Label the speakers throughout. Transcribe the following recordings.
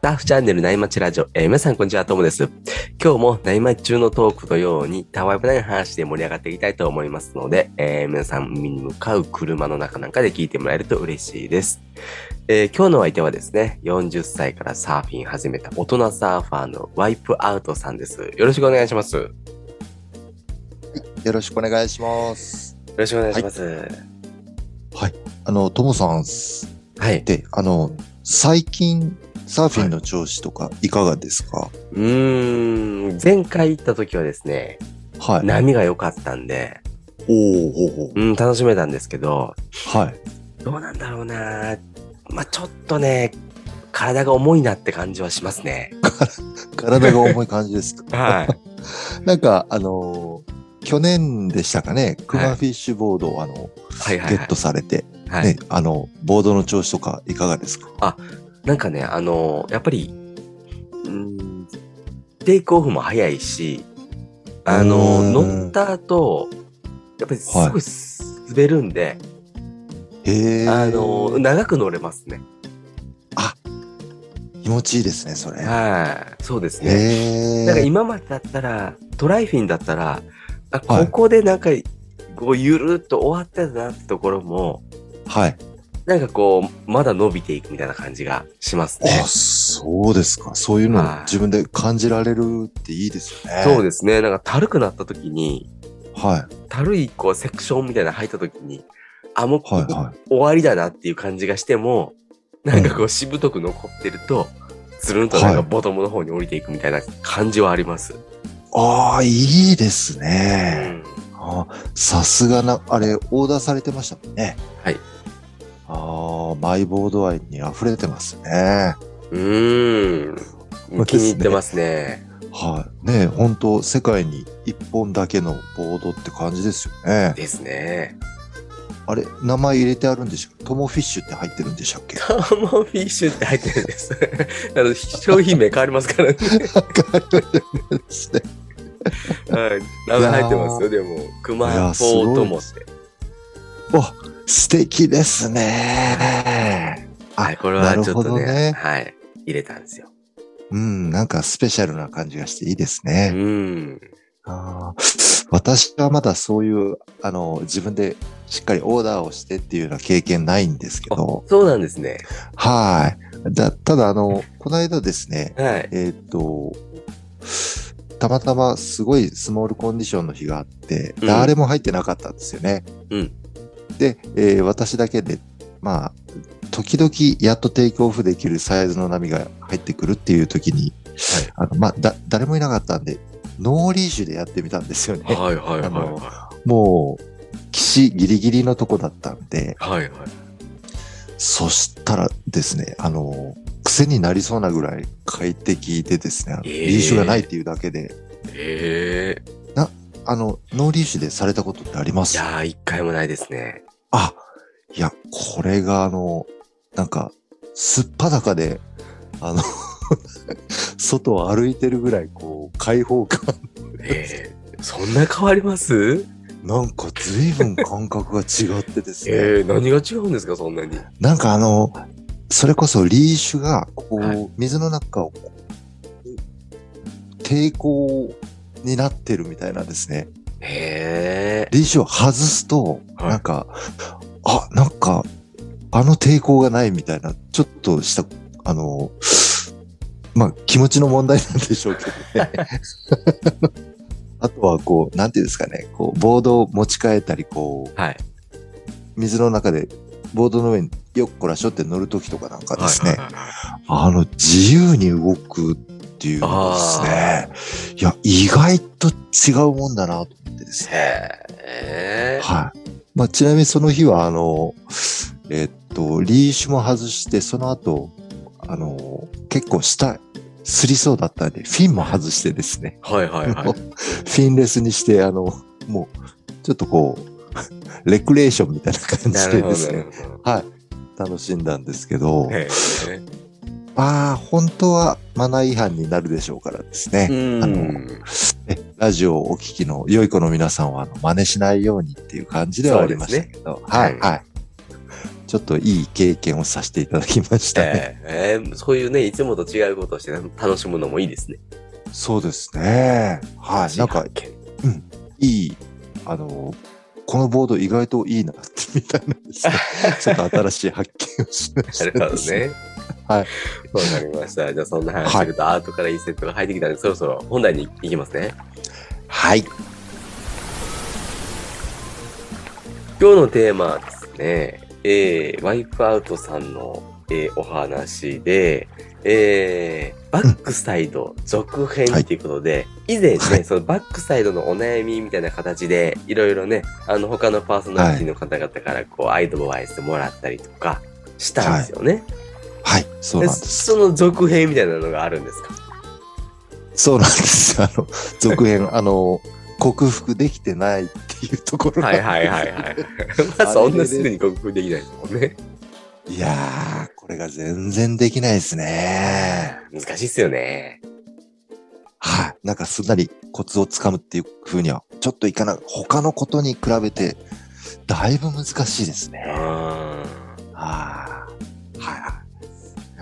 Speaker 1: タッフチャンネル内町ラジオ、えー皆さんこんにちは、ともです。今日も内町中のトークのように、たわいもない話で盛り上がっていきたいと思いますので、えー皆さん海に向かう車の中なんかで聞いてもらえると嬉しいです。えー今日のお相手はですね、40歳からサーフィン始めた大人サーファーのワイプアウトさんです。よろしくお願いします。よ
Speaker 2: よろしくお願いします。
Speaker 1: ろしくお願い。
Speaker 2: いしますあの、ともさんす
Speaker 1: はい
Speaker 2: っ。て、あの、最近、サーフィンの調子とかいかがですか
Speaker 1: うーん、前回行った時はですね、
Speaker 2: はい。
Speaker 1: 波が良かったんで、
Speaker 2: おーほうほ
Speaker 1: うん、楽しめたんですけど、
Speaker 2: う。はい。
Speaker 1: どうなんだろうなまあちょっとね、体が重いなって感じはしますね。
Speaker 2: 体が重い感じですか
Speaker 1: はい。
Speaker 2: なんか、あのー去年でしたかね、ク
Speaker 1: は
Speaker 2: マ
Speaker 1: い
Speaker 2: フィッシュボードをあの、
Speaker 1: はいはい
Speaker 2: ゲ
Speaker 1: は
Speaker 2: ッ
Speaker 1: い
Speaker 2: ト。されて、
Speaker 1: はい
Speaker 2: ね、あの、ボードの調子とかいかがですか
Speaker 1: なんかね、あのやっぱり、うーん、テイクオフも早いし、あの
Speaker 2: うーん
Speaker 1: 乗った後、やっぱりす
Speaker 2: は
Speaker 1: ごい滑るんで、
Speaker 2: へえ。
Speaker 1: あの長く乗れますね。
Speaker 2: 気持ちいいですね、それ。
Speaker 1: はい。そうですね。
Speaker 2: へえ。
Speaker 1: なんか今までだったら、トライフィンだったら、あ
Speaker 2: は
Speaker 1: こ
Speaker 2: い
Speaker 1: こでなんか、こう、ゆるっと終わってたなってところも、
Speaker 2: はい。
Speaker 1: なんかこう、まだ伸びていくみたいな感じがしますね
Speaker 2: あ、。そうですか。そういうの
Speaker 1: はい
Speaker 2: 自分で感じられるっていいですよね。
Speaker 1: そう
Speaker 2: で
Speaker 1: ですね。なんか、たるくなった時に、
Speaker 2: す。はい。
Speaker 1: たるい、こう、セクションみたいなの入った時に、あ、もう、
Speaker 2: はい
Speaker 1: 終
Speaker 2: はい。
Speaker 1: わりだなっていう感じがしても、なんかこう、しぶとく残ってると、つるんとなんか
Speaker 2: はい
Speaker 1: ボトムの方に降りていくみたいな感じはあります。
Speaker 2: ああ、いいですね。
Speaker 1: うん
Speaker 2: あーさすがな、あれ、オーダーされてましたもんね。
Speaker 1: はい。
Speaker 2: ああ、マイボード愛に溢れてますね。
Speaker 1: うーん。気に入ってますね。
Speaker 2: はい。ねえ本当世界に一本だけのボードって感じですよね。
Speaker 1: ですね。
Speaker 2: あれ、名前入れてあるんでしょトモフィッシュって入ってるんでしたっ け
Speaker 1: サーモンフィッシュって入ってるんです。 あの商品名変わりますからね。
Speaker 2: ですね
Speaker 1: はい。名前入ってますよ、でも。クマ
Speaker 2: いやす
Speaker 1: ポ
Speaker 2: ご
Speaker 1: ー
Speaker 2: い
Speaker 1: ともって。
Speaker 2: 素敵ですね。あ
Speaker 1: はい、これはちょっと
Speaker 2: なるほど
Speaker 1: ね
Speaker 2: ね
Speaker 1: はい、入れたんですよ。
Speaker 2: うん、なんかスペシャルな感じがしていいですね。
Speaker 1: うん。
Speaker 2: あー私はまだそういう、あの、自分でしっかりオーダーをしてっていうような経験ないんですけど、
Speaker 1: そうなんですね。
Speaker 2: はい。だ、ただあの、この間ですね、
Speaker 1: はい。
Speaker 2: えーっと、たまたますごいスモールコンディションの日があって、
Speaker 1: うん
Speaker 2: 誰も入ってなかったんですよね。
Speaker 1: うん
Speaker 2: で、えー私だけで、まあ、時々やっとテイクオフできるサイズの波が入ってくるっていう時に、あのまあ、だ、誰もいなかったんで、ノーリーシュでやってみたんですよね。
Speaker 1: はいはいはい
Speaker 2: あの
Speaker 1: は
Speaker 2: もう、岸ギリギリのとこだったんで、
Speaker 1: い。はいはい。
Speaker 2: そしたらですね、あの、癖になりそうなぐらい快適でですね、あの
Speaker 1: えー
Speaker 2: リーシュがないっていうだけで、
Speaker 1: ええ
Speaker 2: あの、ノーリーシュでされたことってありま
Speaker 1: い
Speaker 2: す
Speaker 1: やー、一回もないですね。
Speaker 2: あ、いや、これがあの、なんか、すっぱだかで、あの、 外を歩いてるぐらい、こう、開放感。
Speaker 1: ええそんな変わります
Speaker 2: なんか随分感覚が違ってです ね。
Speaker 1: ええ何が違うんですか、そんなに。
Speaker 2: なんかあの、それこそリーシュが、こう、
Speaker 1: はい
Speaker 2: 水の中をこう、抵抗になってるみたいなんですね。
Speaker 1: ええ
Speaker 2: リーシュを外すと、
Speaker 1: はい
Speaker 2: なんか、あ、なんか、あの抵抗がないみたいな、ちょっとした、あの、まあ、気持ちの問題なんでしょうけどね。 あとは、こう、なんていうんですかね、こう、ボードを持ち替えたり、こう、
Speaker 1: はい。
Speaker 2: 水の中でボードの上によっこらしょって乗るときとかなんかですね、
Speaker 1: はいはいはいはい
Speaker 2: あの自由に動くっていうのがですね、いや、意外と違うもんだなと思ってですね。
Speaker 1: へえ
Speaker 2: はい。まあ、ちなみにその日は、あの、えっと、リーシュも外して、その後、あの、結構下、すりそうだったんで、フィンも外してですね、
Speaker 1: はいはいは
Speaker 2: もうフィンレスにして、あの、もう、ちょっとこう、レクレーションみたいな感
Speaker 1: い。な
Speaker 2: じで
Speaker 1: るほ
Speaker 2: で
Speaker 1: ど
Speaker 2: す
Speaker 1: な
Speaker 2: ね
Speaker 1: る、ほど。
Speaker 2: はい。楽しんだんですけど、
Speaker 1: ええ
Speaker 2: まあ、本当はマナー違反になるでしょうからですね。
Speaker 1: う
Speaker 2: あ
Speaker 1: ん
Speaker 2: のえラジオをお聞きの良い子の皆さんは、あの真似しないようにっていう感じではありましたけど、
Speaker 1: は
Speaker 2: はいい、はい。ちょっといい経験をさせていただきましたね。
Speaker 1: ええええそういうね、いつもと違うことをしてね楽しむのもいいですね。
Speaker 2: そうですね。はい。なんか、いい、あの、このボード意外といいなって、みたいなんですねちょっと新しい発見をしまし
Speaker 1: な
Speaker 2: た。
Speaker 1: るほどね。
Speaker 2: はい。
Speaker 1: わかりました。じゃあそんな話してると、アートからいいセットが入ってきたんで、そろそろ本題に行きますね。
Speaker 2: はい。
Speaker 1: 今日のテーマはですね、えー、ワイプアウトさんの、えーお話で、えー、バックサイド続編っていうことで、以前ね、
Speaker 2: はい
Speaker 1: そのバックサイドのお悩みみたいな形で、いろいろね、あの他のパーソナリティの方々からこう、アイドバイスもらったりとかしたんですよね。
Speaker 2: はい。そう
Speaker 1: で
Speaker 2: なんです。
Speaker 1: その続編みたいなのがあるんですか
Speaker 2: そうなんです。あの、続編、あの、克服できてないっていうと ころが
Speaker 1: はいはいはいはい。 まあそんなすぐに克服できないですもんね。
Speaker 2: いやー、これが全然できないですね。
Speaker 1: 難しいっすよね。
Speaker 2: はい。なんかすんなりコツをつかむっていう風には、ちょっといかない。他のことに比べて、だいぶ難しいですね。
Speaker 1: あ
Speaker 2: ああ、はいはい。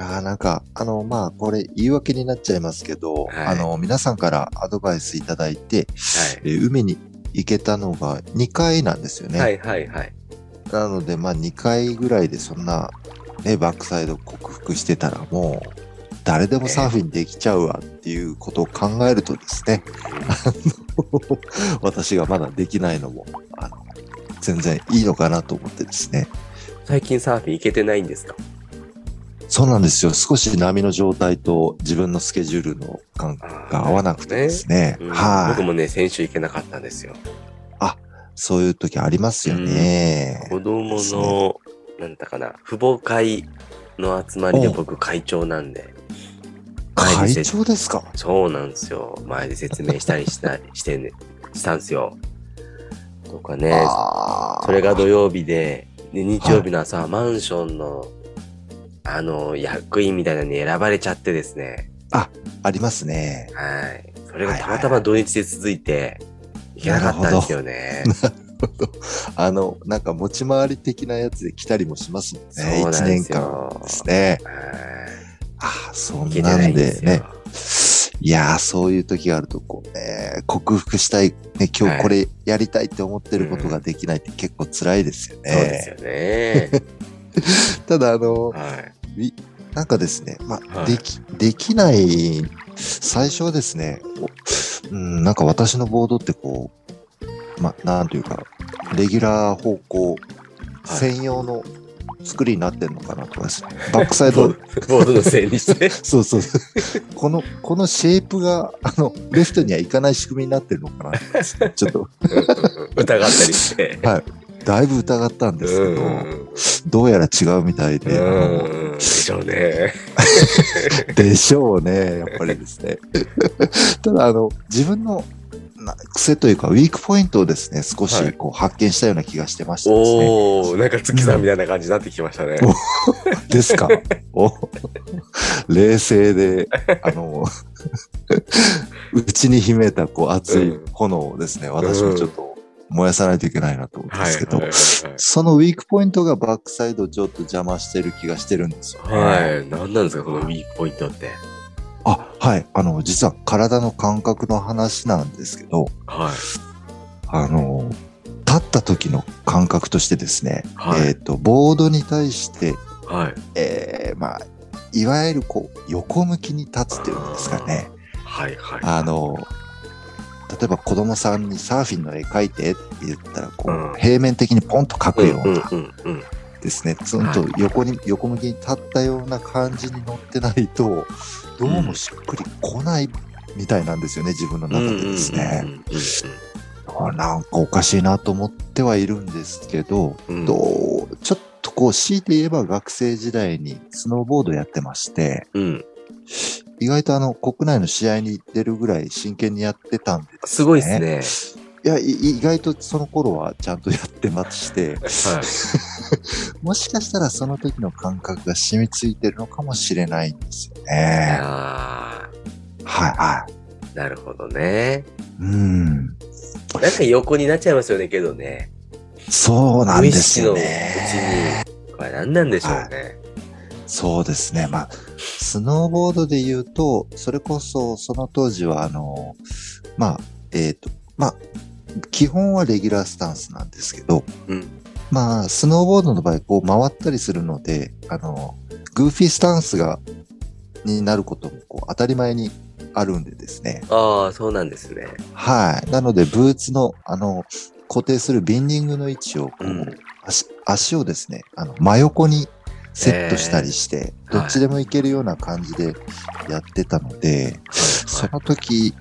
Speaker 2: いやーなんか、あの、まあ、これ言い訳になっちゃいますけど、
Speaker 1: はい
Speaker 2: あの、皆さんからアドバイスいただいて、えー海に行けたのが2回なんですよ
Speaker 1: ー
Speaker 2: ね。
Speaker 1: はいはいはいはい。
Speaker 2: なので、まあ、2回ぐらいでそんな、ね、バックサイド克服してたらもう、誰でもサーフィンできちゃうわっていうことを考えるとですね、あの 私がまだできないのも、あの、全然いいのかなと思ってですね。
Speaker 1: 最近サーフィン行けてないんですか
Speaker 2: そうなんですよ。少し波の状態と自分のスケジュールの感が合わなくてですね。
Speaker 1: うん僕
Speaker 2: はい。
Speaker 1: もね、先週行けなかったんですよ。
Speaker 2: そういう時ありますよね。
Speaker 1: 子供の、なんだかな、父母会の集まりで
Speaker 2: お
Speaker 1: 僕会長なんで、
Speaker 2: 会長ですか
Speaker 1: そうなんですよ。前で説明したりしたりしてね、 したんですよ。とかね、
Speaker 2: あー
Speaker 1: それが土曜日で、で日曜日の朝、マンションの、あの、役員みたいなのに選ばれちゃってですね。
Speaker 2: ありますね。
Speaker 1: はい。それがたまたま土日で続いて、行けなかったんですよね。
Speaker 2: あの、なんか持ち回り的なやつで来たりもしますもん
Speaker 1: そう
Speaker 2: ね。
Speaker 1: な
Speaker 2: 一
Speaker 1: んで
Speaker 2: 年
Speaker 1: す
Speaker 2: 間
Speaker 1: よ。
Speaker 2: ですね。
Speaker 1: はい
Speaker 2: ああ、そ
Speaker 1: 行
Speaker 2: ん
Speaker 1: けてな
Speaker 2: ないん
Speaker 1: んです
Speaker 2: で
Speaker 1: よ
Speaker 2: ね。。いやー、そういう時があると、こうね、克服したい、ね、今
Speaker 1: はい
Speaker 2: 日これやりたいって思ってることができないって結構辛いですよね。
Speaker 1: そうですよね。
Speaker 2: ただ、あの、
Speaker 1: はい。
Speaker 2: なんかですね、まあ、
Speaker 1: はい
Speaker 2: でき、できない、最初はですね、こううん、なんか私のボードってこう、まあ、なんというか、レギュラー方向
Speaker 1: はい
Speaker 2: 専用の作りになってんのかなとかですね。バックサイド、
Speaker 1: ボードのせいに して。
Speaker 2: そうそう。 この、このシェイプが、あの、レフトには行かない仕組みになってるのかなとかですねちょっと、
Speaker 1: 疑ったりして。
Speaker 2: だいぶ疑ったんですけど、
Speaker 1: うん
Speaker 2: どうやら違うみたいで、あの
Speaker 1: うん。でしょうね。
Speaker 2: でしょうね、やっぱりですね。 ただ、あの、自分のな癖というか、ウィークポイントをですね、少
Speaker 1: は
Speaker 2: し
Speaker 1: い
Speaker 2: こう発見したような気がしてましたですね。
Speaker 1: おー、なんか月さんみたいな感じになってきましたね。
Speaker 2: ですか。お冷静で、あの、うちに秘めたこう熱い炎をですね、私もちょっと燃やさないといけないなと思うんですけど、
Speaker 1: はいは
Speaker 2: そのウィークポイントがバックサイドをちょっと邪魔してる気がしてるんですよね。
Speaker 1: いはい。はい。何なんですか、このウィークポイントって。
Speaker 2: あ、はい。あの、実は体の感覚の話なんですけど、
Speaker 1: はい。
Speaker 2: あの、立った時の感覚としてですね、
Speaker 1: はい
Speaker 2: えっ、と、ボードに対して、
Speaker 1: はい。
Speaker 2: えーまあ、いわゆるこう、横向きに立つっていうんですかね。
Speaker 1: はいはい。
Speaker 2: あの、例えば子供さんにサーフィンの絵描いてって言ったら、こう、
Speaker 1: うん
Speaker 2: 平面的にポンと描くよ
Speaker 1: う
Speaker 2: うんな
Speaker 1: うんうんうん。
Speaker 2: ですね、ツンと横に、横向きに立ったような感じに乗ってないと、どうもしっくり来ないみたいなんですよね、自分の中でですね。
Speaker 1: うんうん
Speaker 2: あなんかおかしいなと思ってはいるんですけど、
Speaker 1: うんうんうん
Speaker 2: どうちょっとこう強いて言えば学生時代にスノーボードやってまして、
Speaker 1: うん。
Speaker 2: 意外とあの国内の試合に出るぐらい真剣にやってたんです
Speaker 1: ごいです
Speaker 2: いや、い意外とその頃はちゃんとやってまし
Speaker 1: ね。
Speaker 2: て、
Speaker 1: はい。
Speaker 2: もしかしたらその時の感覚が染みついてるのかもしれないんですよ
Speaker 1: い
Speaker 2: ね。
Speaker 1: や
Speaker 2: はいはい。
Speaker 1: ーなるほどね。
Speaker 2: うん。
Speaker 1: なんか横になっちゃいますよね、けどね。
Speaker 2: そうなんですよ
Speaker 1: 無意
Speaker 2: ね。
Speaker 1: 識のうちに、これ何なんでしょうね。
Speaker 2: そうですね。まあ、スノーボードで言うと、それこそ、その当時は、あの、まあ、えっ、と、まあ、基本はレギュラースタンスなんですけど、
Speaker 1: うん。
Speaker 2: まあ、スノーボードの場合、こう回ったりするので、あの、グーフィースタンスが、になることも、こう、当たり前にあるんでですね。
Speaker 1: ああ、そうなんですね。
Speaker 2: はい。なので、ブーツの、あの、固定するビンディングの位置を、こう、
Speaker 1: うん
Speaker 2: 足、足をですね、あの、真横にセットしたりし
Speaker 1: え
Speaker 2: て、
Speaker 1: ー
Speaker 2: どっちでもいけるような感じでやってたので、その時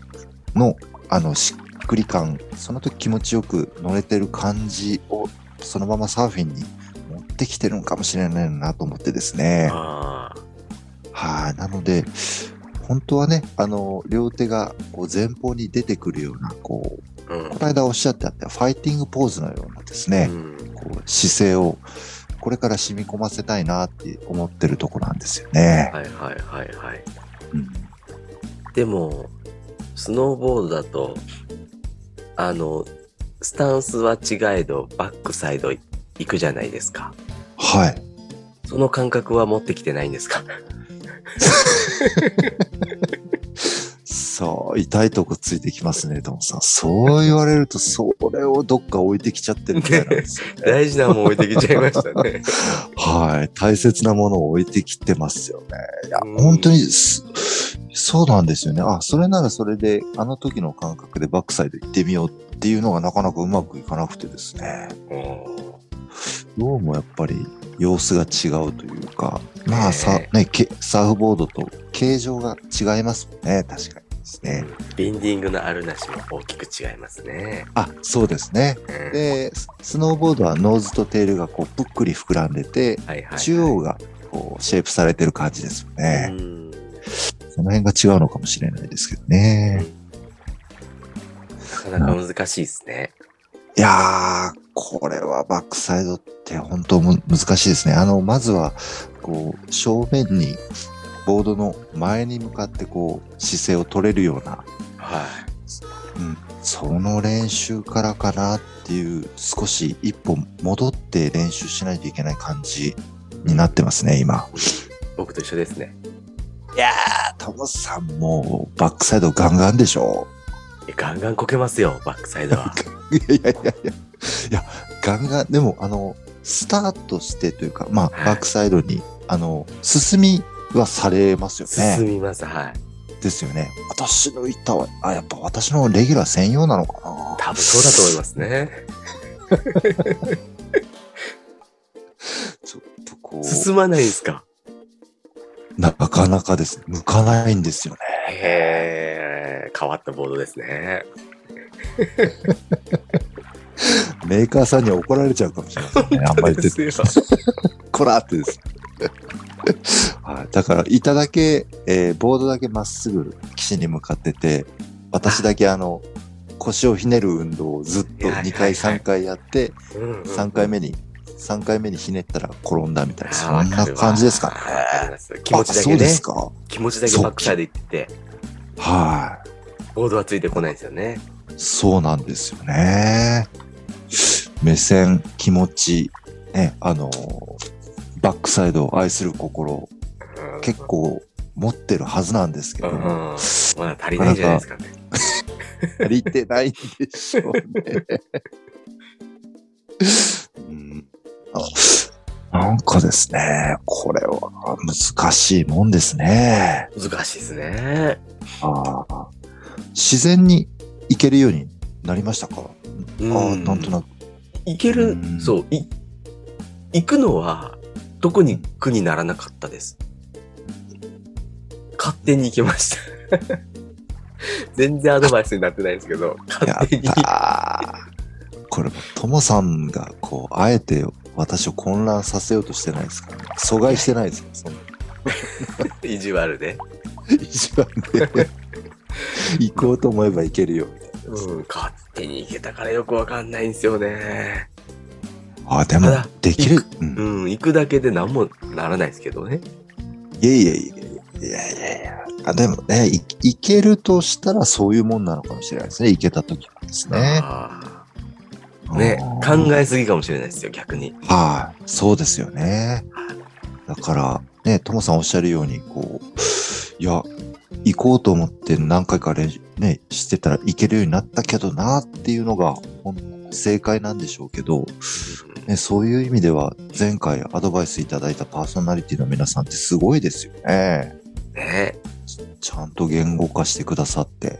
Speaker 2: の、あの、しっくり感、その時気持ちよく乗れてる感じを、そのままサーフィンに持ってきてるんかもしれないなと思ってですね。
Speaker 1: ああ、
Speaker 2: はい、なので、本当はね、あの、両手がこう前方に出てくるような、こう、
Speaker 1: うん
Speaker 2: こ。の間おっしゃってあったファイティングポーズのようなですね、
Speaker 1: うん
Speaker 2: こう姿勢を、これから染み込ませたいなって思ってるとこなんですよね。
Speaker 1: はいはいはいはい。
Speaker 2: うん
Speaker 1: でも、スノーボードだと、あの、スタンスは違えど、バックサイド行くじゃないですか。
Speaker 2: はい。
Speaker 1: その感覚は持ってきてないんですか
Speaker 2: そう、痛いとこついてきますね、ともさん。そう言われると、それをどっか置いてきちゃってるみたいなんですよね。
Speaker 1: 大事なもん置いてきちゃいました ね。
Speaker 2: はい。大切なものを置いてきてますよね。いや、
Speaker 1: うん
Speaker 2: 本当にす、そうなんですよね。あ、それならそれで、あの時の感覚でバックサイド行ってみようっていうのがなかなかうまくいかなくてですね。
Speaker 1: お
Speaker 2: どうもやっぱり様子が違うというか、ま
Speaker 1: ええ
Speaker 2: あさ、ね、けサーフボードと形状が違いますもんね。確かにですね。
Speaker 1: ービンディングのあるなしも大きく違いますね。
Speaker 2: あ、そうですね。
Speaker 1: うん
Speaker 2: で、ススノーボードはノーズとテールがこうぷっくり膨らんでて、
Speaker 1: はいはいはい
Speaker 2: 中央がこうシェイプされてる感じですよね。
Speaker 1: うん
Speaker 2: その辺が違うのかもしれないですけどね。
Speaker 1: なかなか難しいですね。
Speaker 2: いやー、これはバックサイドって本当む難しいですね。あの、まずは、こう、正面に、ボードの前に向かってこう、姿勢を取れるような、
Speaker 1: はい。
Speaker 2: うん、その練習からかなっていう、少し一歩戻って練習しないといけない感じになってますね、今。
Speaker 1: 僕と一緒ですね。
Speaker 2: いやー、トモさんもうバックサイドガンガンでしょ
Speaker 1: えガンガンこけますよ、バックサイ ドは。
Speaker 2: いやいやいやいや。いや、ガンガン、でも、あの、スタートしてというか、まあ、
Speaker 1: はい
Speaker 2: バックサイドに、あの、進みはされますよ
Speaker 1: 進
Speaker 2: ね。
Speaker 1: みます、はい。
Speaker 2: ですよね。私の板は、あ、やっぱ私のレギュラー専用なのかな。
Speaker 1: 多分そうだと思いますね。
Speaker 2: ちょっとこう、
Speaker 1: 進まないですか
Speaker 2: なかなかですね。向かないんですよね。
Speaker 1: へえ、変わったボードですね。
Speaker 2: メーカーさんには怒られちゃうかもしれませんね。あんまり出て
Speaker 1: ですよ
Speaker 2: こらってですね。はい、だから、板だけ、えーボードだけまっすぐ岸に向かってて、私だけあの、腰をひねる運動をずっと
Speaker 1: はいはいはい
Speaker 2: 2回3回やって、
Speaker 1: うんうん
Speaker 2: 3回目に、3回目にひねったら転んだみたいな、そ
Speaker 1: あ
Speaker 2: ん
Speaker 1: ーわ
Speaker 2: な
Speaker 1: るわ
Speaker 2: 感じですかね
Speaker 1: わ。かります気持ちだけ
Speaker 2: あそうで
Speaker 1: ね
Speaker 2: す。か。
Speaker 1: 気持ちだけバックサイド行ってて、
Speaker 2: はい。
Speaker 1: ボードはついてこないですよね。
Speaker 2: そうなんですよね。目線、気持ち、ね、あのー、バックサイドを愛する心、
Speaker 1: うん
Speaker 2: 結構持ってるはずなんですけ
Speaker 1: う
Speaker 2: ど、
Speaker 1: んまだ足りないんじゃないですかね。
Speaker 2: 足りてないんで しょうね。うんあなんかですね、これは難しいもんですね。
Speaker 1: 難しいですね。
Speaker 2: あー自然に行けるようになりましたか、
Speaker 1: う
Speaker 2: ああなんとなく。
Speaker 1: 行ける
Speaker 2: うん、
Speaker 1: そう、い行くのは、特に苦にならなかったです。勝手に行けました。 全然アドバイスになってないですけど、
Speaker 2: や
Speaker 1: 勝
Speaker 2: っ
Speaker 1: 手に。
Speaker 2: た ーこれも、ともさんが、こう、あえて私を混乱させようとしてないですから、阻害してないですよ、そんな
Speaker 1: 意地悪で。
Speaker 2: 一番で。行こうと思えば行けるよ、みたいな。
Speaker 1: うん、勝手に行けたからよくわかんないんですよね。
Speaker 2: ああ、でも
Speaker 1: ただ、
Speaker 2: できる。うん
Speaker 1: うん、行くだけで何もならないですけどね。
Speaker 2: いやいやいやいやいやいやあでもねい、いけるとしたらそういうもんなのかもしれないですね。いけた時はですね。
Speaker 1: あね、
Speaker 2: あー
Speaker 1: 考えすぎかもしれないですよ、逆に。
Speaker 2: はい、そうですよね。だから、ね、ともさんおっしゃるように、こう、いや、行こうと思って何回か練習、ね、してたら行けるようになったけどなっていうのが、ほん正解なんでしょうけど、ね、そういう意味では、前回アドバイスいただいたパーソナリティの皆さんってすごいですよね。
Speaker 1: ね、
Speaker 2: ちゃんと言語化してくださって。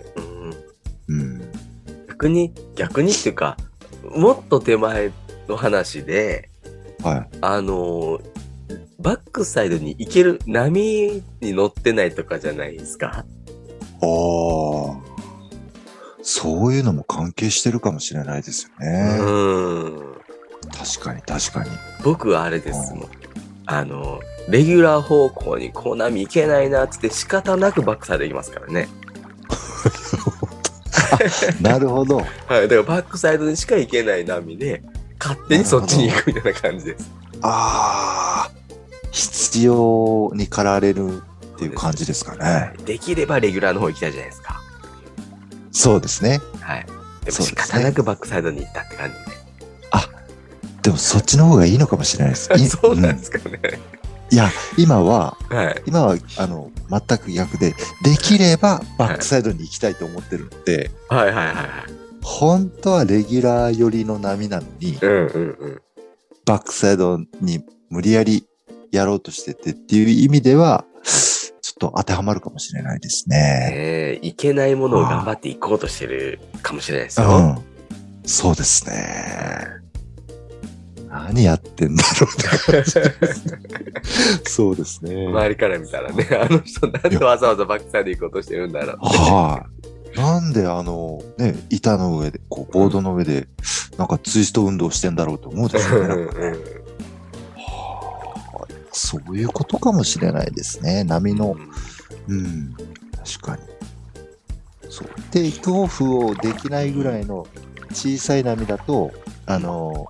Speaker 1: うん
Speaker 2: うん。
Speaker 1: 逆に、逆にっていうか、もっと手前の話で、
Speaker 2: はい。
Speaker 1: あのーバックサイドに行ける波に乗ってないとかじゃないですか。
Speaker 2: ああ。そういうのも関係してるかもしれないですよ
Speaker 1: う
Speaker 2: ね。
Speaker 1: ん。
Speaker 2: 確かに確かに。
Speaker 1: 僕はあれですもん。あのーレギュラー方向にこう波行けないなっつって仕方なくバックサイド行きますからね。
Speaker 2: なるほど。
Speaker 1: はい。だからバックサイドにしか行けない波で、勝手にそっちに行くみたいな感じです。
Speaker 2: ああ、必要に駆られるっていう感じですかね。
Speaker 1: できればレギュラーの方行きたいじゃないですか。
Speaker 2: そうですね。
Speaker 1: はい。でも
Speaker 2: そうですね
Speaker 1: 仕方なくバックサイドに行ったって感じで。
Speaker 2: でもそっちの方がいいのかもしれないです。い
Speaker 1: そうなんで
Speaker 2: うん
Speaker 1: すかね。
Speaker 2: いや、今は、
Speaker 1: はい。
Speaker 2: 今は、あの、全く逆で、できればバックサイドに行きたいと思ってるので、
Speaker 1: はいはいはいはい。
Speaker 2: 本当はレギュラー寄りの波なのに
Speaker 1: う、んうんうん。
Speaker 2: バックサイドに無理やりやろうとしててっていう意味では、ちょっと当てはまるかもしれないですね。
Speaker 1: ええいけないものを頑張っていこうとしてるかもしれないですよ。
Speaker 2: うん。そうですね。何やってんだろうね。そうですね。はい、
Speaker 1: 周りから見たらね、あの人なんでわざわざバックサイド行こうとしてるんだろう。
Speaker 2: なんであの、ね、板の上で、こう、ボードの上で、なんかツイスト運動してんだろうと思うでしょうね。 なんかねはあそういうことかもしれないですね。波の。うん。確かに。そう。テイクオフをできないぐらいの小さい波だと、あの、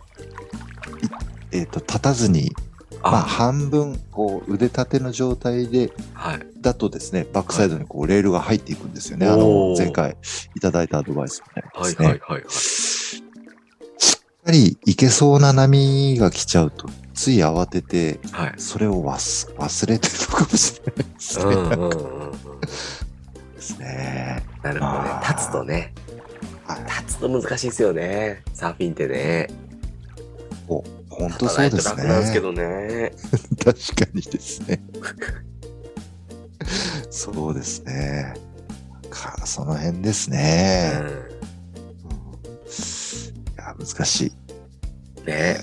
Speaker 2: いえっ、と、立たずにまあ、
Speaker 1: あ、
Speaker 2: 半分こう腕立ての状態で
Speaker 1: はい。
Speaker 2: だとですねバックサイドにこうレールが入っていくんですよね、
Speaker 1: はいお
Speaker 2: あの
Speaker 1: ー
Speaker 2: 前回いただいたアドバイスみたいな
Speaker 1: は
Speaker 2: で
Speaker 1: い
Speaker 2: すね、
Speaker 1: はい
Speaker 2: やっ
Speaker 1: はい。
Speaker 2: ぱりいけそうな波が来ちゃうとつい慌てて
Speaker 1: はい。
Speaker 2: それを忘忘れてるのかもしれないです
Speaker 1: う
Speaker 2: ね,、
Speaker 1: んうんうんうん。
Speaker 2: ですね
Speaker 1: なるほどね
Speaker 2: あ。ー
Speaker 1: 立つとね。
Speaker 2: はい
Speaker 1: 立つと難しいですよね。サーフィンってね。
Speaker 2: お本当
Speaker 1: 立た
Speaker 2: そ
Speaker 1: な
Speaker 2: う
Speaker 1: い
Speaker 2: で
Speaker 1: と
Speaker 2: す
Speaker 1: 楽
Speaker 2: ね
Speaker 1: なんですけどね。
Speaker 2: 確かにですねそうですねかその辺ですね、
Speaker 1: う
Speaker 2: いや、難しい。
Speaker 1: ん。ね。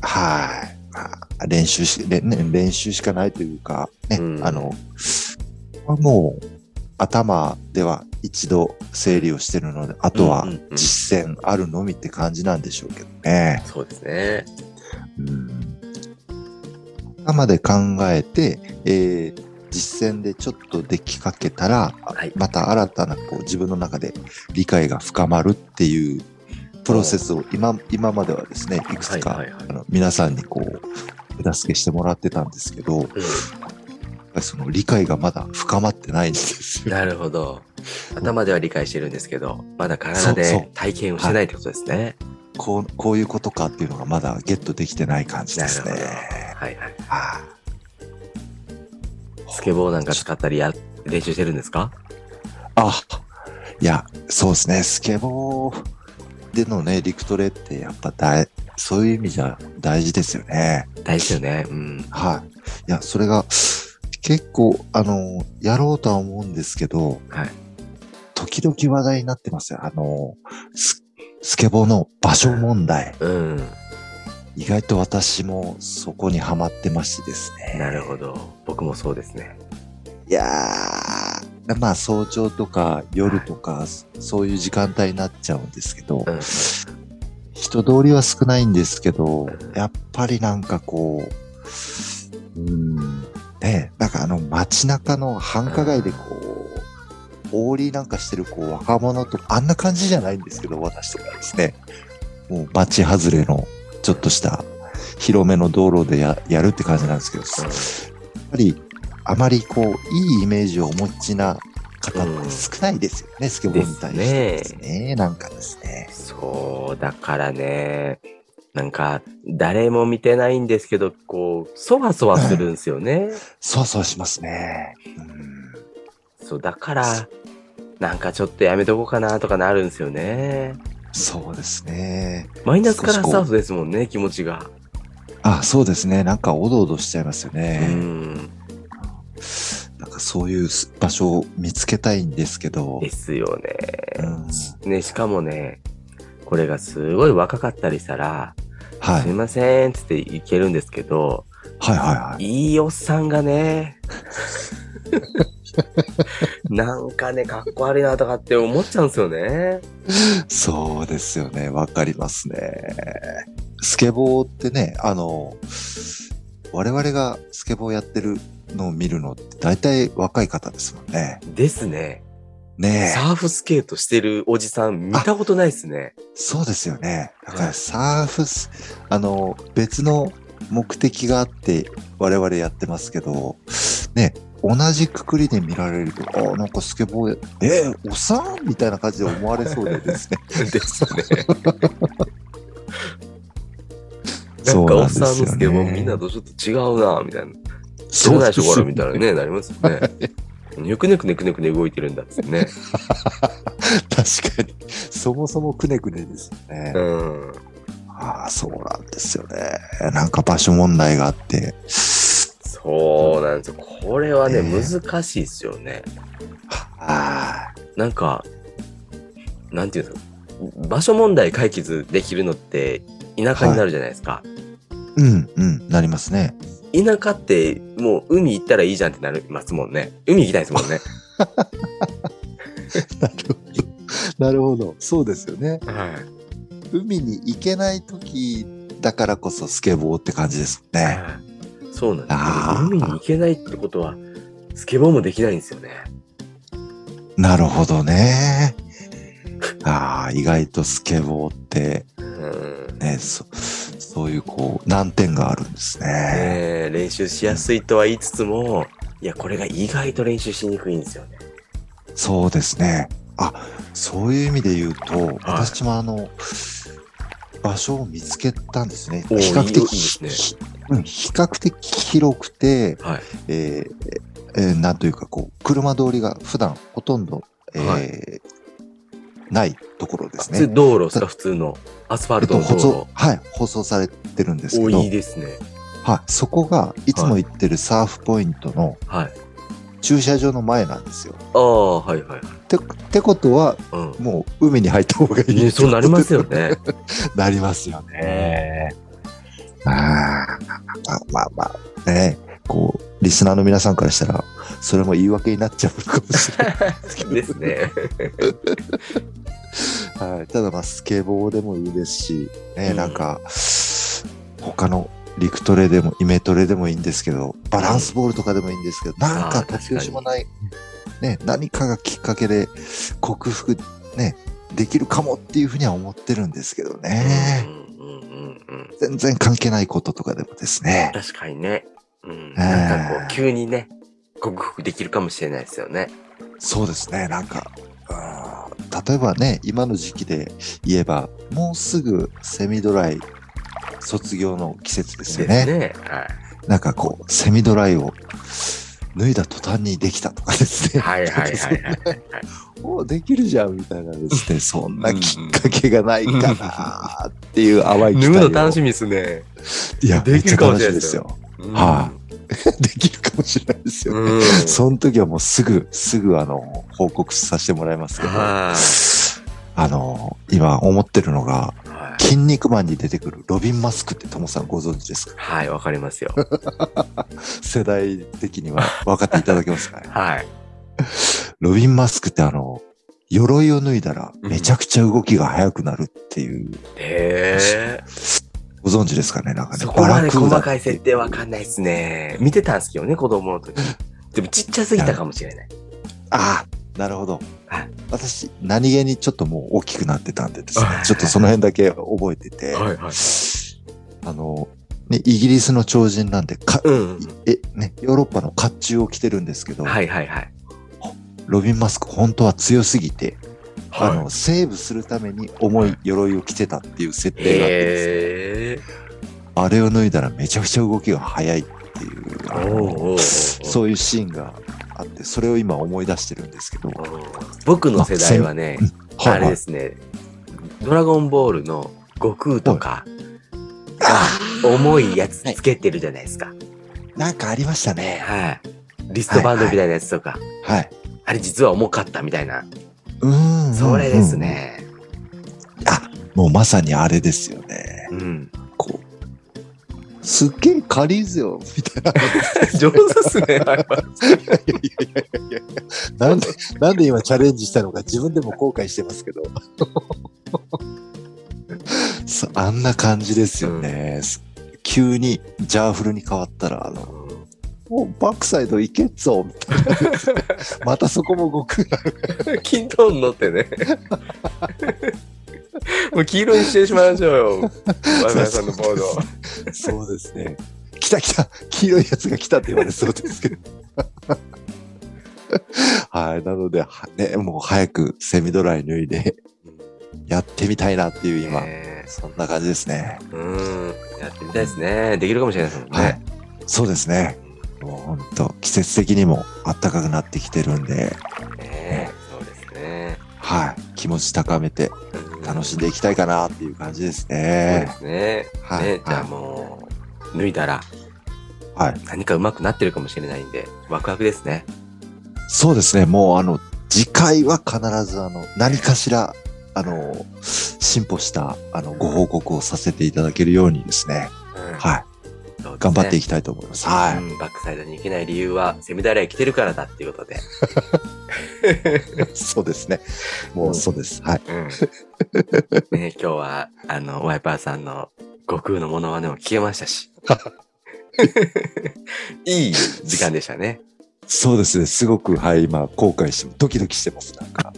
Speaker 2: はい。まあ、練習し、れね、練習しかないというか、ね、
Speaker 1: うん
Speaker 2: あの、これはもう、頭では一度整理をしてるので、あとは
Speaker 1: うんうんうん
Speaker 2: 実践あるのみって感じなんでしょうけどね。
Speaker 1: そうですね。
Speaker 2: うん、頭で考えて、えー実践でちょっとできかけたら、
Speaker 1: はい。
Speaker 2: また新たなこう自分の中で理解が深まるっていうプロセスを今今まではですねいくつか、
Speaker 1: はいはいはい
Speaker 2: あの皆さんにこう手助けしてもらってたんですけどその理解がまだ深まってないんです
Speaker 1: うん
Speaker 2: よ。
Speaker 1: なるほど。頭では理解してるんですけど、まだ体
Speaker 2: そうそ
Speaker 1: で
Speaker 2: う
Speaker 1: 体験をしてないってことですね。
Speaker 2: こうこういうことかっていうのがまだゲットできてない感じで
Speaker 1: なる
Speaker 2: す
Speaker 1: ほど。
Speaker 2: ね。
Speaker 1: はいはい。
Speaker 2: はあ
Speaker 1: スケボーなんか使ったりや、練習してるんですか
Speaker 2: あいやそうですねスケボーでのね陸トレってやっぱ大そういう意味じゃ大事ですよね。
Speaker 1: 大事だよね。うん。
Speaker 2: はい。いや、それが、結構、あの、やろうとは思うんですけど、
Speaker 1: はい
Speaker 2: 時々話題になってますよ。あの、ススケボーの場所問題。
Speaker 1: うん。
Speaker 2: 意外と私もそこにはまってましてですね。
Speaker 1: なるほど。僕もそうですね。
Speaker 2: いやー、まあ早朝とか夜とか、そういう時間帯になっちゃうんですけど、
Speaker 1: うん。
Speaker 2: 人通りは少ないんですけ
Speaker 1: う
Speaker 2: ど
Speaker 1: ん、
Speaker 2: やっぱりなんかこう、うーん、ねえなんかあの街中の繁華街でこう、オーリーなんかしてるこう若者とか、あんな感じじゃないんですけど、私とかですね。もう街外れの、ちょっとした、広めの道路でややるって感じなんですけど、やっぱり、あまりこう、いいイメージをお持ちな方って少ないですよね、スケボーに対してですね。なんかですね。
Speaker 1: そう、だからね、なんか、誰も見てないんですけど、こう、そわそわするんですよね。
Speaker 2: そわそわしますね。うん
Speaker 1: そう、だから、なんかちょっとやめとこうかなとかなるんですよね。
Speaker 2: そうですね。
Speaker 1: マイナスからスタートですもんね、気持ちが。
Speaker 2: あ、そうですね。なんかおどおどしちゃいますよ
Speaker 1: う
Speaker 2: ね。
Speaker 1: ん。
Speaker 2: なんかそういう場所を見つけたいんですけど
Speaker 1: で。すよね。
Speaker 2: うん
Speaker 1: ね、しかもね、これがすごい若かったりしたら、
Speaker 2: はい。は
Speaker 1: す
Speaker 2: い
Speaker 1: いませんっつっていけるんですけど、
Speaker 2: はいはい。
Speaker 1: いいおっさんが ね、なんかね、かっこ悪いなとかって思っちゃうんですよね。
Speaker 2: そうですよね。わかりますね。スケボーってね、あの、我々がスケボーやってるのを見るのって大体若い方ですもんね。
Speaker 1: ですね。
Speaker 2: ねえ。
Speaker 1: サーフスケートしてるおじさん見たことないですね。
Speaker 2: そうですよね。だからサーフス、あの、別の目的があって我々やってますけど、ね、同じくくりで見られると、あなんかスケボーや、えーおっさんみたいな感じで思われそうでですね。
Speaker 1: ですね。な
Speaker 2: そ
Speaker 1: ん
Speaker 2: う
Speaker 1: かお
Speaker 2: な
Speaker 1: っ
Speaker 2: んです
Speaker 1: さん
Speaker 2: よね
Speaker 1: のスケボー見んなとちょっと違うな、みたいな。知
Speaker 2: そ
Speaker 1: ら
Speaker 2: う
Speaker 1: ない
Speaker 2: で
Speaker 1: 人
Speaker 2: す
Speaker 1: から見たらね、なりますよね。よくねくねくねくね動いてるんだっつってね。
Speaker 2: 確かに。そもそもくねくねですよね。
Speaker 1: うん。
Speaker 2: ああ、そうなんですよね。なんか場所問題があって。
Speaker 1: そうなんですよ。これはね、
Speaker 2: えー
Speaker 1: 難しいですよね。
Speaker 2: ああ、
Speaker 1: なんか、なんていうんですか、場所問題解決できるのって田舎になるじゃないですか。
Speaker 2: うん、うん、なりますね。
Speaker 1: 田舎ってもう海行ったらいいじゃんってなりますもんね。海行きたいですもんね。
Speaker 2: なるほど。なるほど。そうですよね。
Speaker 1: はい。
Speaker 2: 海に行けない時だからこそスケボーって感じですもんね。
Speaker 1: そうなん
Speaker 2: あー
Speaker 1: ですよ。海に行けないってことは、スケボーもできないんですよね。
Speaker 2: なるほ どね。ああ、意外とスケボーって
Speaker 1: うん。ね
Speaker 2: ね、そそういうこう難点があるんですね。
Speaker 1: え練習しやすいとは言いつつも、いや、これが意外と練習しにくいんですよね。
Speaker 2: そうですね。あ、そういう意味で言うと、私もあの、場所を見つけたんですね。比
Speaker 1: おー
Speaker 2: 較
Speaker 1: いい
Speaker 2: 的、
Speaker 1: いいです
Speaker 2: うん比較的広くて、
Speaker 1: はい。
Speaker 2: えーえーなんというかこう、車通りが普段ほとんど、えー
Speaker 1: は
Speaker 2: ないところです
Speaker 1: 普通
Speaker 2: ね。
Speaker 1: 道路ですか普通の。アスファ
Speaker 2: えっ
Speaker 1: ルト
Speaker 2: と、
Speaker 1: の道
Speaker 2: 放送
Speaker 1: 路、。
Speaker 2: はい、放送されてるんです
Speaker 1: 多
Speaker 2: け
Speaker 1: いい
Speaker 2: ど、
Speaker 1: ですね。
Speaker 2: はい、そこがいつも行ってるサーフポイントの
Speaker 1: はい。
Speaker 2: 駐車場の前なんですよ。
Speaker 1: ああ、はいはいはい。
Speaker 2: ってってことは、
Speaker 1: うん。
Speaker 2: もう海に入った方がい い、
Speaker 1: ね、そうなりますよ。ね。
Speaker 2: なりますよ ね。あーまあ、まあまあ、ね、こう、リスナーの皆さんからしたら、それも言い訳になっちゃうかもしれない。
Speaker 1: ですね。
Speaker 2: はい、ただまあスケボーでもいいですし、ね
Speaker 1: うん
Speaker 2: なんか他の陸トレでもイメトレでもいいんですけどバランスボールとかでもいいんですけど、なん
Speaker 1: あ
Speaker 2: か
Speaker 1: ー
Speaker 2: 突拍子もない、ね、何かがきっかけで克服、ね、できるかもっていうふうには思ってるんですけど
Speaker 1: う
Speaker 2: ね、
Speaker 1: んうんうんうん。
Speaker 2: 全然関係ないこととかでもですね
Speaker 1: 確かにね。うん。
Speaker 2: ー
Speaker 1: なんかこう、急にね、克服できるかもしれないですよね。
Speaker 2: そうですねなんかあー例えばね今の時期で言えばもうすぐセミドライ卒業の季節ですよね。
Speaker 1: ですね。は
Speaker 2: なんかこう、セミドライを脱いだ途端にできたとかです ね。
Speaker 1: い。はいはいはいはい。
Speaker 2: おできるじゃんみたいなですね。 そんなきっかけがないかなっていう淡
Speaker 1: 脱
Speaker 2: い期待を
Speaker 1: ぐの楽しみですね。
Speaker 2: いや、
Speaker 1: で
Speaker 2: で
Speaker 1: き
Speaker 2: き
Speaker 1: る
Speaker 2: る
Speaker 1: か
Speaker 2: か
Speaker 1: も
Speaker 2: も
Speaker 1: しれな
Speaker 2: しれないい
Speaker 1: で
Speaker 2: ですす
Speaker 1: よ
Speaker 2: よ。
Speaker 1: うん
Speaker 2: は できるかもしれないですよね。
Speaker 1: うん。
Speaker 2: その時はもうすぐ、すぐあの、報告させてもらいますけど、
Speaker 1: は
Speaker 2: あの、今思ってるのが、
Speaker 1: は
Speaker 2: 筋肉マンに出てくるロビン・マスクってともさんご存知です
Speaker 1: い。
Speaker 2: か
Speaker 1: はい、わかりますよ。
Speaker 2: 世代的には分かっていただけますかね
Speaker 1: はい。
Speaker 2: ロビン・マスクってあの、鎧を脱いだらめちゃくちゃ動きが速くなるっていう、
Speaker 1: へえ。
Speaker 2: ご存知ですかねなんかね、
Speaker 1: そこまで細
Speaker 2: ダ
Speaker 1: かい設定わかんないですね。見てたんですけどね、子供の時。でもちっちゃすぎたかもしれない。
Speaker 2: ああ、なるほど
Speaker 1: はい。
Speaker 2: 私、何気にちょっともう大きくなってたんでですね
Speaker 1: はい、
Speaker 2: ちょっとその辺だけ覚えてて、
Speaker 1: いはい。
Speaker 2: あの、ね、イギリスの超人なんで、か
Speaker 1: うん。
Speaker 2: え、ね、ヨーロッパの甲冑を着てるんですけど、
Speaker 1: はいはいはい。
Speaker 2: ロビン・マスク本当は強すぎて、あ
Speaker 1: は
Speaker 2: の、セーブするために重い鎧を着てたっていう設
Speaker 1: い。
Speaker 2: 定があってですね
Speaker 1: へえ。
Speaker 2: あれを脱いだらめちゃくちゃ動きが速いっていう、あの
Speaker 1: おうおうおう
Speaker 2: そういうシーンがあって、それを今思い出してるんですけど、は
Speaker 1: 僕の世代はね、あれ
Speaker 2: いは
Speaker 1: で
Speaker 2: い。
Speaker 1: すね、ドラゴンボールの悟空とかが重いやつつけてるじゃないですか。
Speaker 2: なんかありましたね。
Speaker 1: はい。リストバンドみたいなやつとか、
Speaker 2: はい。
Speaker 1: あれ実は重かったみたいな。
Speaker 2: うーん。
Speaker 1: それです。ね。
Speaker 2: もうまさにあれですよね。
Speaker 1: うん。
Speaker 2: こう。すっげえ軽いぜよ、み たいな。
Speaker 1: 上手っすね。
Speaker 2: なんで、なんで今チャレンジしたのか自分でも後悔してますけど。 そあんな感じですよね。す急にジャーフルに変わったら、あの、もうバックサイド行けっ ぞみたいな。またそこも悟空だ。
Speaker 1: 均等に乗ってね。もう黄色にしてしまいましょうよ。ワイワイさんのボードを。
Speaker 2: そうですね。来た来た黄色いやつが来たって言われそうですけど。 はい。なので、はね、もう早くセミドライ脱いで、やってみたいなっていう今、
Speaker 1: ね
Speaker 2: そんな感じですね。
Speaker 1: えうん。やってみたいですね。できるかもしれないですもんね。
Speaker 2: はい。そうですね。もう本当季節的にも暖かくなってきてるんで、
Speaker 1: ねえそうですね。
Speaker 2: はい。気持ち高めて
Speaker 1: うん
Speaker 2: 楽しんでいきたいかなっていう感じです
Speaker 1: そうで
Speaker 2: ね。
Speaker 1: すね。
Speaker 2: はい
Speaker 1: ねじゃあもう、脱いだら
Speaker 2: はい。
Speaker 1: 何か上手くなってるかもしれないんで、ワクワクですね。
Speaker 2: そうですね。もうあの、次回は必ずあの、何かしら、あの、進歩した、あの、ご報告をさせていただけるようにですね。はい。
Speaker 1: そうですね
Speaker 2: 頑張っていきたいと思います。は
Speaker 1: うんバックサイドに行けない理由は、セミダレー来てるからだっていうことで。
Speaker 2: い。 そうですね。もうそうです。はい。
Speaker 1: ね、今日は、あの、ワイパーさんの悟空のモノマネも聞けました し。いい時間でしたね。
Speaker 2: そうですね。すごく、はい、今、後悔して、ドキドキしてます。なんか。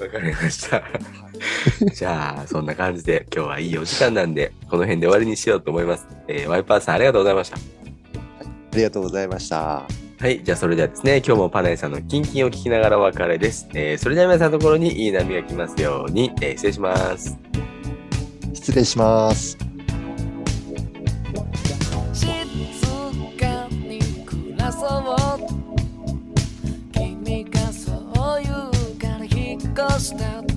Speaker 1: わかりま した。じゃあ、そんな感じで今日はいいお時間なんで、この辺で終わりにしようと思います。えーワイパーさんありがとうございました。
Speaker 2: ありがとうございました。
Speaker 1: はい。じゃあ、それではですね、今日もパナエさんのキンキンを聞きながらお別れです。えーそれでは皆さんのところにいい波が来ますように、えー失礼します。
Speaker 2: 失礼します。
Speaker 3: 静かに暮らそう君がそう言うから引っ越した